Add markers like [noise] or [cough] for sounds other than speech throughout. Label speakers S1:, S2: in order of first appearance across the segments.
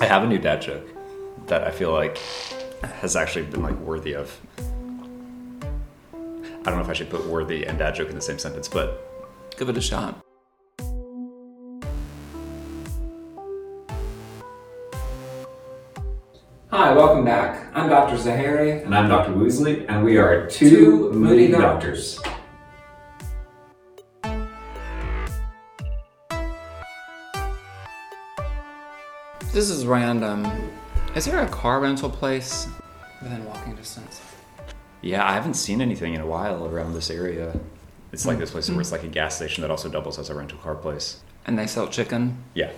S1: I have a new dad joke that I feel like has actually been like worthy of. I don't know if I should put worthy and dad joke in the same sentence, but
S2: Give it a shot.
S3: Hi, welcome back. I'm Dr. Zahari.
S4: And I'm Dr. Weasley, and we are two,
S3: Two
S4: moody
S3: Moody
S4: doctors.
S2: This is random. Is there a car rental place within walking distance?
S1: yeah, I haven't seen anything in a while around this area. It's like this place where it's like a gas station that also doubles as a rental car place.
S2: And they sell chicken.
S1: Yeah.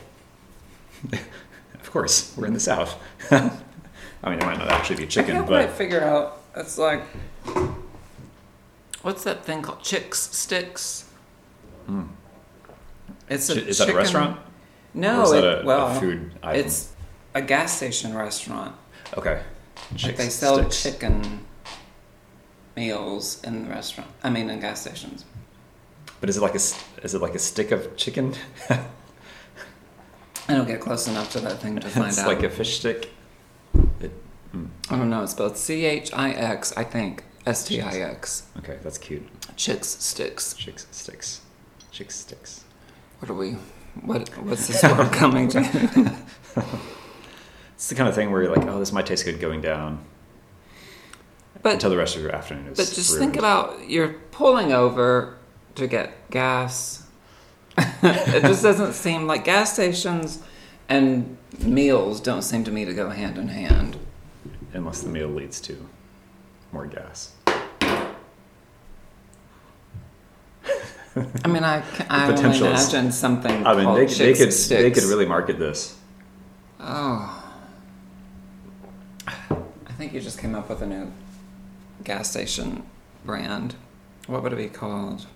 S1: [laughs] of course, we're in the South. [laughs] I mean, it might not actually be chicken, but
S2: figure out. It's like. What's that thing called? Chicks sticks. It's a
S1: Hmm. is that a
S2: chicken-
S1: restaurant?
S2: No,
S1: Or is that
S2: it-
S1: a- a
S2: well,
S1: food item?
S2: it's a gas station restaurant.
S1: Okay.
S2: Like
S1: Chicks
S2: they sell
S1: sticks.
S2: chicken meals in the restaurant. I mean, in gas stations.
S1: But is it like a s- is it like a stick of chicken? [laughs]
S2: I don't get close enough to that thing to
S1: [laughs]
S2: find
S1: it's
S2: out.
S1: like a fish stick. It-
S2: I don't know. It's spelled C H I X, I think. S T I X.
S1: okay, that's cute.
S2: Chicks sticks.
S1: Chicks sticks. Chicks sticks.
S2: What are we? What? What's this
S1: [laughs]
S2: world coming to?
S1: It's the kind of thing where you're like, oh, this might taste good going down
S2: But
S1: until the rest of your afternoon is.
S2: but just
S1: ruined.
S2: think about you're pulling over to get gas. [laughs] it just doesn't seem like gas stations and meals don't seem to me to go hand in hand.
S1: unless the meal leads to more gas.
S2: I mean, I c- I only
S1: potential is-
S2: imagine something.
S1: I mean,
S2: called
S1: they, could- they
S2: chicks
S1: could they
S2: sticks.
S1: could really market this.
S2: Oh. I think you just came up with a new gas station brand. What would it be called?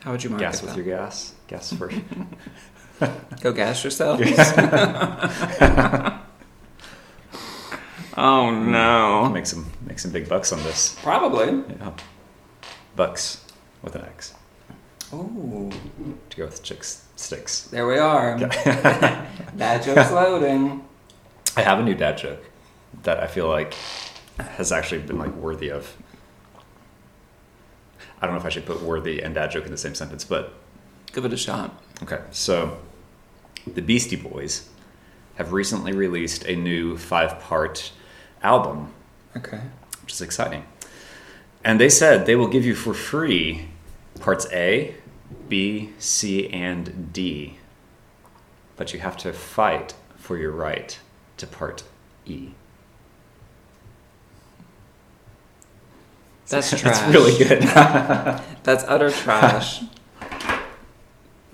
S2: How would you market
S1: gas with
S2: that?
S1: your gas. Gas
S2: [laughs]
S1: for
S2: Go gas yourself. [laughs] oh no.
S1: make some make some big bucks on this.
S2: Probably.
S1: Yeah. Bucks with an X
S2: Oh,
S1: to go with chicks sticks.
S2: there we are. [laughs] Bad joke's loading.
S1: I have a new dad joke that I feel like has actually been like worthy of. I don't know if I should put worthy and dad joke in the same sentence, but
S2: Give it a shot.
S1: okay. So, the Beastie Boys have recently released a new five-part album,
S2: Okay.
S1: which is exciting. And they said they will give you for free parts A, B, C, and D. But you have to fight for your right to part E.
S2: That's trash.
S1: That's really good. [laughs]
S2: That's utter trash.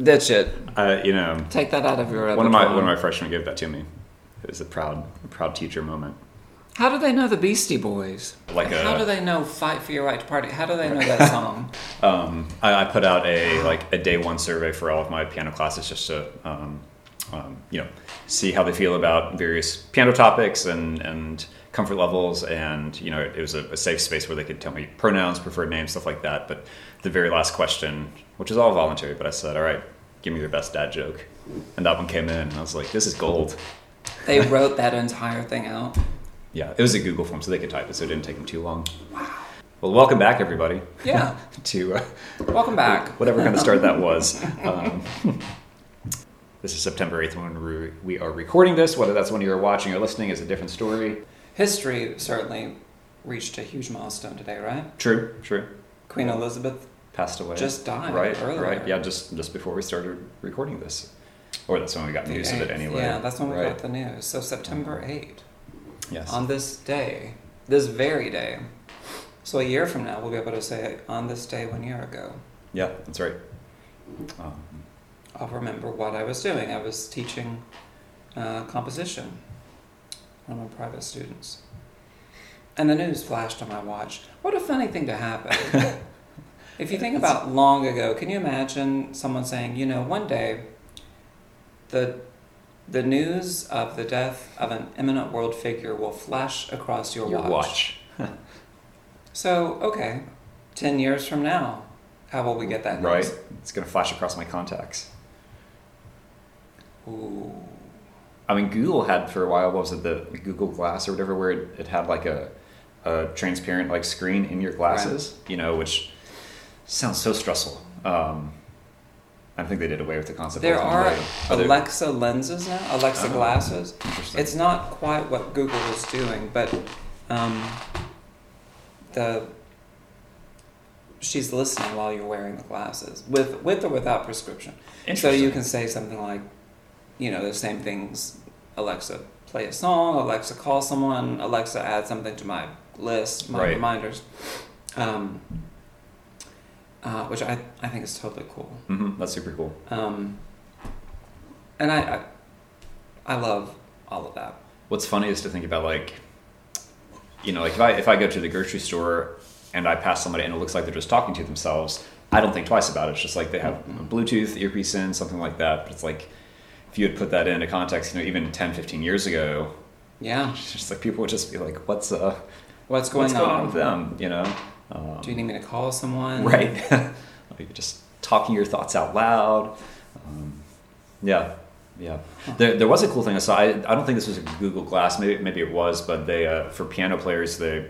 S2: Ditch it.
S1: Uh, you know,
S2: Take that out of your repertoire.
S1: one of my one of my freshmen gave that to me. It was a proud proud teacher moment.
S2: How do they know the Beastie Boys?
S1: Like a-
S2: how do they know "Fight for Your Right to Party"? How do they
S1: [laughs]
S2: know that song?
S1: Um, I, I put out a like a day one survey for all of my piano classes just to um, um, you know see how they feel about various piano topics and and comfort levels and you know it, was a, a safe space where they could tell me pronouns, preferred names, stuff like that. But the very last question, which is all voluntary, but I said, all right, give me your best dad joke, and that one came in, and I was like, this is gold.
S2: they wrote that entire thing out.
S1: Yeah, it was a Google form, so they could type it, so it didn't take them too long. Well, welcome back, everybody,
S2: Yeah.
S1: to uh,
S2: Welcome back.
S1: whatever kind of start
S2: [laughs]
S1: that was. Um, this is September 8th when we- we are recording this. Whether that's when you're watching or listening is a different story.
S2: History certainly reached a huge milestone today, right?
S1: True, true.
S2: Queen Elizabeth.
S1: Passed away.
S2: Just died
S1: Right,
S2: earlier.
S1: right. Yeah, just just before we started recording this. Or that's when we got
S2: the
S1: news of it
S2: eighth.
S1: anyway.
S2: Yeah, that's when we
S1: right. Mm-hmm.
S2: got the news. So September eighth,
S1: Yes.
S2: on this day, this very day. So a year from now, we'll be able to say, "On this day, one year ago."
S1: yeah, that's right. Um,
S2: I'll remember what I was doing. I was teaching uh, composition, one of my private students. And the news flashed on my watch. What a funny thing to
S1: [laughs]
S2: happen. if you think about long ago, can you imagine someone saying, you know, one day the the news of the death of an eminent world figure will flash across your,
S1: your watch.
S2: So, okay, 10 years from now, how will we get that news?
S1: Right. It's going to flash across my contacts.
S2: Ooh.
S1: I I mean, Google had for a while, what was it, the Google Glass or whatever, where it, it had like a, a transparent like screen in your glasses, you know, which sounds so stressful. Um, I think they did away with the concept.
S2: There are
S1: ultimately. Other-
S2: Alexa lenses now, Alexa
S1: Oh.
S2: glasses.
S1: Interesting.
S2: It's not quite what Google was doing, but um, the she's listening while you're wearing the glasses, with with or without prescription. So
S1: Interesting.
S2: you can say something like, you know, the same things. Alexa, play a song. Alexa, call someone. Alexa, add something to my list, my
S1: Right.
S2: reminders. Um, uh, which I, I think is totally cool.
S1: Mhm, that's super cool.
S2: Um, and I, I, I love all of that.
S1: What's funny is to think about like, you know, like if I if I go to the grocery store and I pass somebody and it looks like they're just talking to themselves, I don't think twice about it. It's just like they have a Bluetooth earpiece in, something like that. But it's like if you had put that into context, you know, even 10, 15 years ago,
S2: Yeah.
S1: it's just like people would just be like, "What's uh,
S2: What's going,
S1: what's going on
S2: on?
S1: with them?" You know, um,
S2: Do you need me to call someone?
S1: right? [laughs] like just talking your thoughts out loud. Um, yeah, yeah. There, there was a cool thing I saw. I, I don't think this was a Google Glass. Maybe maybe it was, but they uh, for piano players they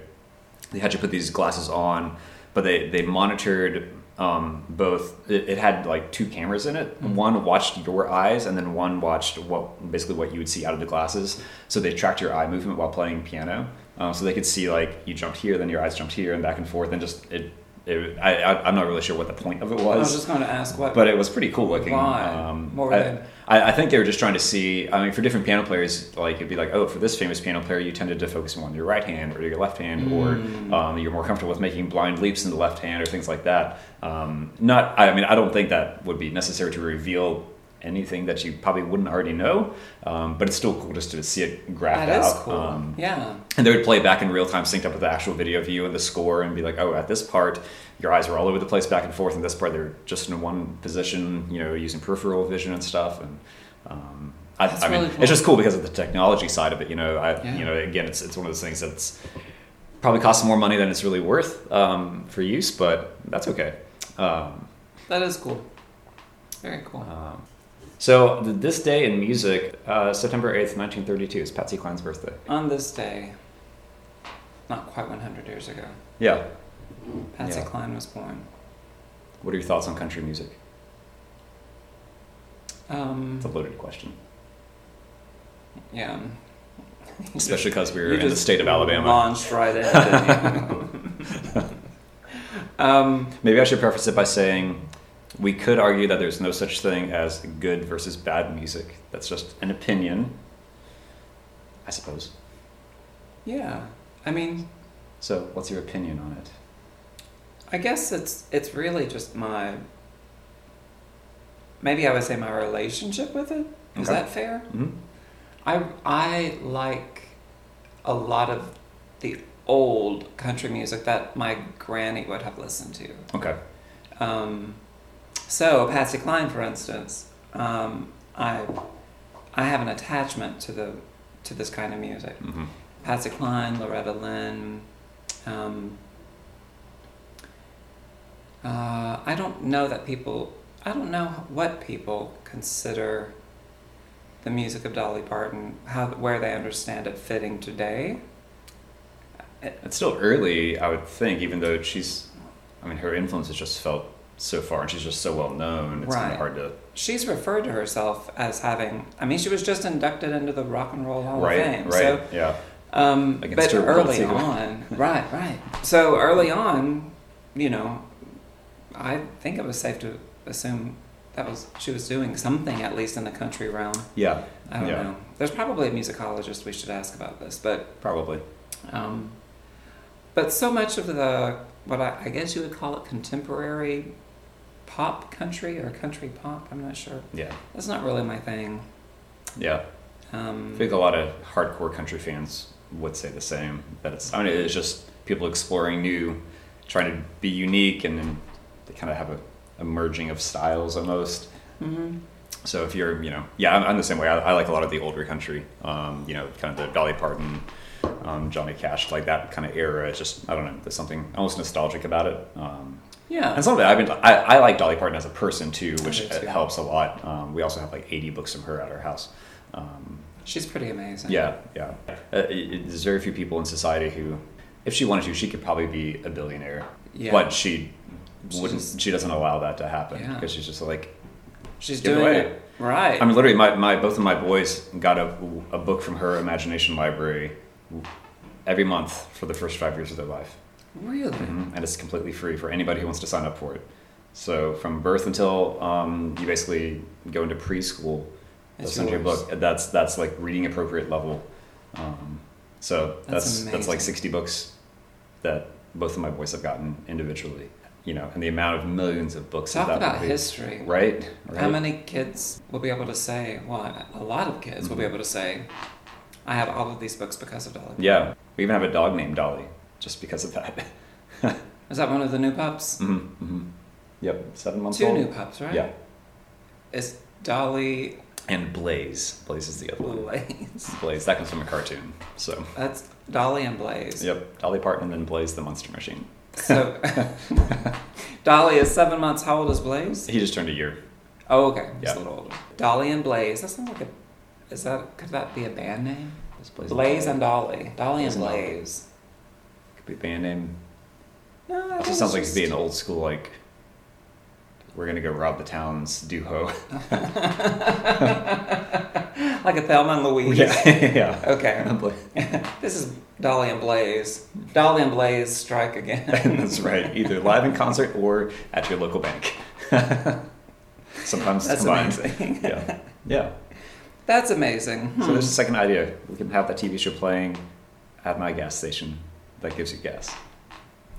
S1: they had you put these glasses on, but they they monitored um, both. It, it had like two cameras in it.
S2: Mm-hmm.
S1: One watched your eyes, and then one watched what basically what you would see out of the glasses. So they tracked your eye movement while playing piano. Um, so they could see like you jumped here, then your eyes jumped here, and back and forth, and just it. it I, I, I'm not really sure what the point of it
S2: I
S1: was
S2: was just going to ask what.
S1: but it was pretty cool looking.
S2: Why?
S1: Um,
S2: What were
S1: I,
S2: they?
S1: I, I think they were just trying to see. I mean, for different piano players, like it'd be like, oh, for this famous piano player, you tended to focus more on your right hand or your left hand,
S2: Hmm.
S1: or um, you're more comfortable with making blind leaps in the left hand or things like that. Um, not, I mean, I don't think that would be necessary to reveal anything that you probably wouldn't already know, um, but it's still cool just to see it graphed
S2: that is
S1: out.
S2: cool.
S1: Um,
S2: yeah.
S1: and they would play back in real time, synced up with the actual video view and the score, and be like, "Oh, at this part, your eyes were all over the place, back and forth. And this part, they're just in one position, you know, using peripheral vision and stuff." And um, I,
S2: That's
S1: I mean,
S2: really cool.
S1: it's just cool because of the technology side of it. You know, I,
S2: Yeah.
S1: you know, again, it's it's one of those things that's probably costs more money than it's really worth um, for use, but that's okay. Um,
S2: That is cool. Very cool.
S1: um, so th- this day in music, uh, September eighth, nineteen thirty-two, is Patsy Cline's birthday.
S2: On this day, not quite 100 years ago,
S1: Yeah.
S2: Patsy
S1: Yeah.
S2: Cline was born.
S1: What are your thoughts on country music?
S2: Um,
S1: It's a loaded question.
S2: yeah.
S1: [laughs]
S2: [laughs]
S1: especially because we were
S2: You
S1: in the
S2: just
S1: state of Alabama.
S2: Launched right in.
S1: [laughs]
S2: didn't you? [laughs] um,
S1: Maybe I should preface it by saying we could argue that there's no such thing as good versus bad music. That's just an opinion, I suppose.
S2: yeah. I mean,
S1: So, what's your opinion on it?
S2: I guess it's it's really just my maybe I would say my relationship with it. Is
S1: Okay.
S2: that fair?
S1: hmm
S2: I I like a lot of the old country music that my granny would have listened to.
S1: Okay.
S2: Um, so Patsy Cline, for instance, um, I I have an attachment to the to this kind of music.
S1: hmm
S2: Patsy Cline, Loretta Lynn. Um, uh, I don't know that people. I don't know what people consider the music of Dolly Parton, how where they understand it fitting today.
S1: It's still early, I would think, even though she's, I mean, her influence has just felt so far, and she's just so well known. It's kind
S2: Right.
S1: of hard to.
S2: She's referred to herself as having. I mean, she was just inducted into the Rock and Roll Hall of
S1: right,
S2: Fame.
S1: right.
S2: So
S1: yeah.
S2: Um,
S1: Against
S2: but
S1: her will,
S2: early
S1: too.
S2: on, right, right. So early on, you know, I think it was safe to assume that was she was doing something at least in the country realm.
S1: Yeah,
S2: I don't
S1: Yeah.
S2: know. There's probably a musicologist we should ask about this, but
S1: probably.
S2: um, but so much of the what I, I guess you would call it contemporary pop country or country pop. I'm not sure.
S1: Yeah,
S2: That's not really my thing.
S1: yeah. I
S2: Um,
S1: think a lot of hardcore country fans would say the same. That it's, I mean, it's just people exploring new, trying to be unique, and then they kind of have a, a merging of styles almost.
S2: mhm.
S1: So if you're, you know, yeah, I'm, I'm the same way. I, I like a lot of the older country, um, you know, kind of the Dolly Parton, um, Johnny Cash, like that kind of era. It's just, I don't know, there's something almost nostalgic about it. Um,
S2: Yeah.
S1: and some of it, I've been, I, I like Dolly Parton as a person too, which
S2: I do, too.
S1: helps a lot. Um, we also have like 80 books from her at our house. Um,
S2: She's pretty amazing.
S1: yeah, yeah. Uh, it- it- there's very few people in society who, if she wanted to, she could probably be a billionaire.
S2: Yeah.
S1: But she
S2: She
S1: wouldn't.
S2: just-
S1: she doesn't allow that to happen
S2: Yeah.
S1: because she's just like
S2: She's
S1: Give it
S2: doing
S1: away.
S2: it right.
S1: I mean, literally, my, my both of my boys got a, a book from her imagination library every month for the first five years of their life,
S2: really?
S1: Mhm. and it's completely free for anybody who wants to sign up for it. So from birth until um, you basically go into preschool, they'll
S2: It's
S1: send you a
S2: yours.
S1: book. That's that's like reading appropriate level. Um, so
S2: That's
S1: that's that's like
S2: amazing.
S1: sixty books that both of my boys have gotten individually. You know, and the amount of millions of books
S2: Talk
S1: that that
S2: about
S1: would be.
S2: history.
S1: Right, right.
S2: How many kids will be able to say, well, a lot of kids will be
S1: Mm-hmm.
S2: able to say, I have all of these books because of Dolly.
S1: Yeah, we even have a dog named Dolly just because of that. [laughs]
S2: Is that one of the new pups?
S1: hmm hmm Yep, seven months
S2: Two
S1: old.
S2: new pups, right?
S1: Yeah,
S2: Is Dolly
S1: and Blaze. Blaze is the other one.
S2: Blaze? [laughs]
S1: Blaze that comes from a cartoon. So
S2: That's Dolly and Blaze.
S1: yep, Dolly Parton and then Blaze the Monster Machine.
S2: So [laughs] Dolly is seven months. How old is Blaze?
S1: He just turned a year.
S2: Oh, okay. He's
S1: Yeah.
S2: a little older. Dolly and Blaze. That sounds like a. Is that could that be a band name?
S1: It's
S2: Blaze and Dolly. Dolly and
S1: Blaze and Dolly.
S2: Blaze.
S1: could be a band name.
S2: No, I
S1: Also
S2: think
S1: sounds like
S2: it's
S1: it'd be an
S2: just-
S1: old school like. We're gonna go rob the town's
S2: [laughs]
S1: duho.
S2: like a Thelma and
S1: [laughs]
S2: Louise.
S1: yeah.
S2: [laughs]
S1: [laughs]
S2: Okay.
S1: Bla-
S2: This is Dolly and Blaze. Dolly and Blaze strike
S1: [laughs]
S2: again.
S1: That's right. Either live in concert or at your local bank. [laughs] Sometimes
S2: That's
S1: combined.
S2: amazing. [laughs]
S1: Yeah. Yeah.
S2: That's amazing.
S1: So
S2: Hmm.
S1: there's a second idea. We can have that TV show playing at my gas station. That gives you gas.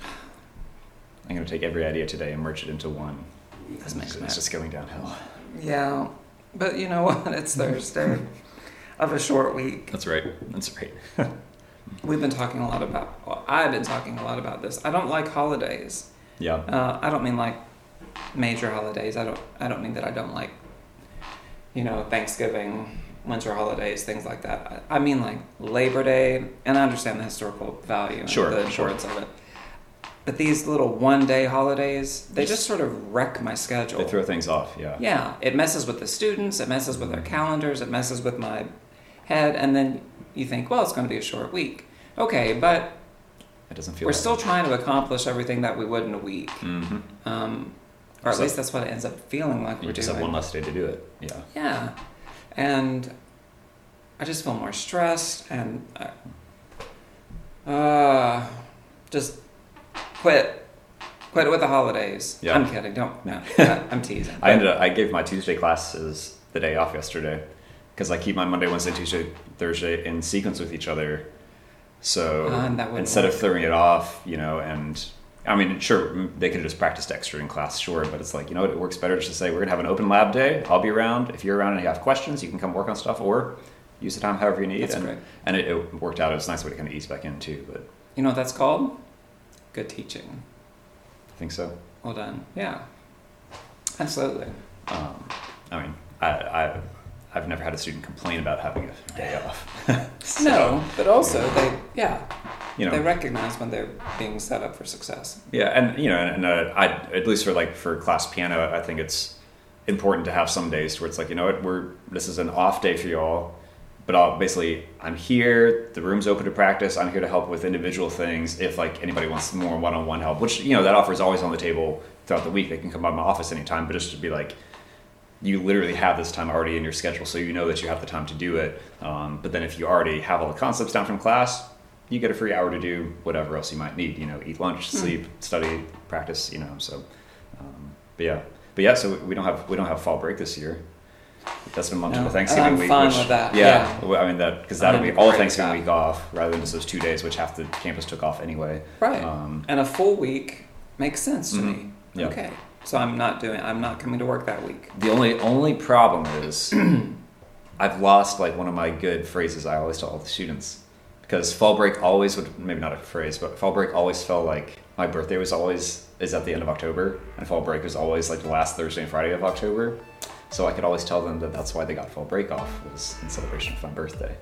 S1: I'm going to take every idea today and merge it into one.
S2: This
S1: And
S2: makes
S1: it's
S2: sense.
S1: just going downhill.
S2: Yeah, but you know [laughs] what? It's Thursday of a short week.
S1: That's right. That's right.
S2: We've been talking a lot about. Well, I've been talking a lot about this. I don't like holidays.
S1: Yeah.
S2: Uh, I don't mean like major holidays. I don't. I don't mean that I don't like, you know, Thanksgiving, winter holidays, things like that. I, I mean like Labor Day, and I understand the historical value, and
S1: Sure,
S2: the
S1: sure.
S2: importance of it. But these little one-day holidays, they
S1: Just-
S2: just sort of wreck my schedule.
S1: They throw things off. Mm-hmm. Yeah.
S2: Yeah, it messes with the students, it messes with their calendars, it messes with my head, and then you think, well, it's going to be a short week. Okay, but
S1: It doesn't feel
S2: we're still trying to accomplish everything that we would in a week.
S1: Mm-hmm.
S2: Um, or at
S1: So-
S2: least that's what it ends up feeling like
S1: You
S2: we're
S1: just
S2: doing.
S1: have one less day to do it. Yeah.
S2: Yeah. And I just feel more stressed and uh, uh, just quit. Quit with the holidays.
S1: Yeah.
S2: I'm kidding. Don't.
S1: [laughs]
S2: No, I'm teasing.
S1: I ended up, I gave my Tuesday classes the day off yesterday because I keep my Monday, Wednesday, Tuesday, Thursday in sequence with each other. So
S2: Ah, and that wouldn't
S1: instead of
S2: work.
S1: throwing it off, you know, and I mean, sure, m- they could have just practiced extra in class, sure, but it's like, you know what, it works better just to say, we're going to have an open lab day. I'll be around. If you're around and you have questions, you can come work on stuff or use the time however you need.
S2: That's
S1: and
S2: great.
S1: and it, it worked out. It was a nice way to kind of ease back in, too, but
S2: You know what that's called? Good teaching.
S1: I think so.
S2: Well done. Yeah. Absolutely.
S1: Um, I mean, I, I, I've never had a student complain about having a day off. So,
S2: no, but also they, yeah,
S1: you know,
S2: they recognize when they're being set up for success.
S1: Yeah, and you know, and, and uh, I at least for like for class piano, I think it's important to have some days where it's like you know what we're this is an off day for y'all, but I'll basically I'm here, the room's open to practice, I'm here to help with individual things. If like anybody wants more one on one help, which you know that offer is always on the table throughout the week, they can come by my office anytime. But just to be like. You literally have this time already in your schedule, so you know that you have the time to do it. Um, but then, if you already have all the concepts down from class, you get a free hour to do whatever else you might need. You know, eat lunch,
S2: Hmm.
S1: sleep, study, practice. You know, so um, but yeah, but yeah. So we- we don't have we don't have fall break this year. That's been lumped
S2: No,
S1: into Thanksgiving
S2: and I'm
S1: week.
S2: fine
S1: which-
S2: with that,
S1: Yeah,
S2: yeah.
S1: well, I mean that because that'll
S2: I'm
S1: be all
S2: great with
S1: Thanksgiving
S2: that.
S1: week off rather than just those two days, which half the campus took off anyway.
S2: Right.
S1: Um,
S2: and a full week makes sense to
S1: Mhm.
S2: me.
S1: Yeah.
S2: Okay. So I'm not doing, I'm not coming to work that week.
S1: The only only problem is [clears throat] I've lost like one of my good phrases I always tell all the students because fall break always would maybe not a phrase but fall break always felt like my birthday was always is at the end of October and fall break was always like the last Thursday and Friday of October so I could always tell them that that's why they got fall break off was in celebration of my birthday.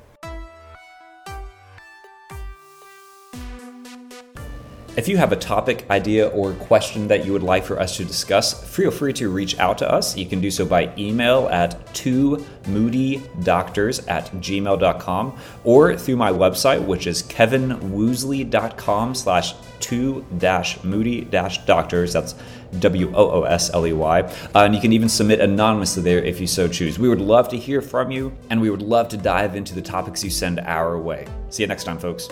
S1: If you have a topic, idea, or question that you would like for us to discuss, feel free to reach out to us. You can do so by email at two moody doctors at gmail.com or through my website, which is kevinwoosley.com slash two dash moody dash doctors. That's W O O S L E Y. Uh, and you can even submit anonymously there if you so choose. We would love to hear from you, and we would love to dive into the topics you send our way. See you next time, folks.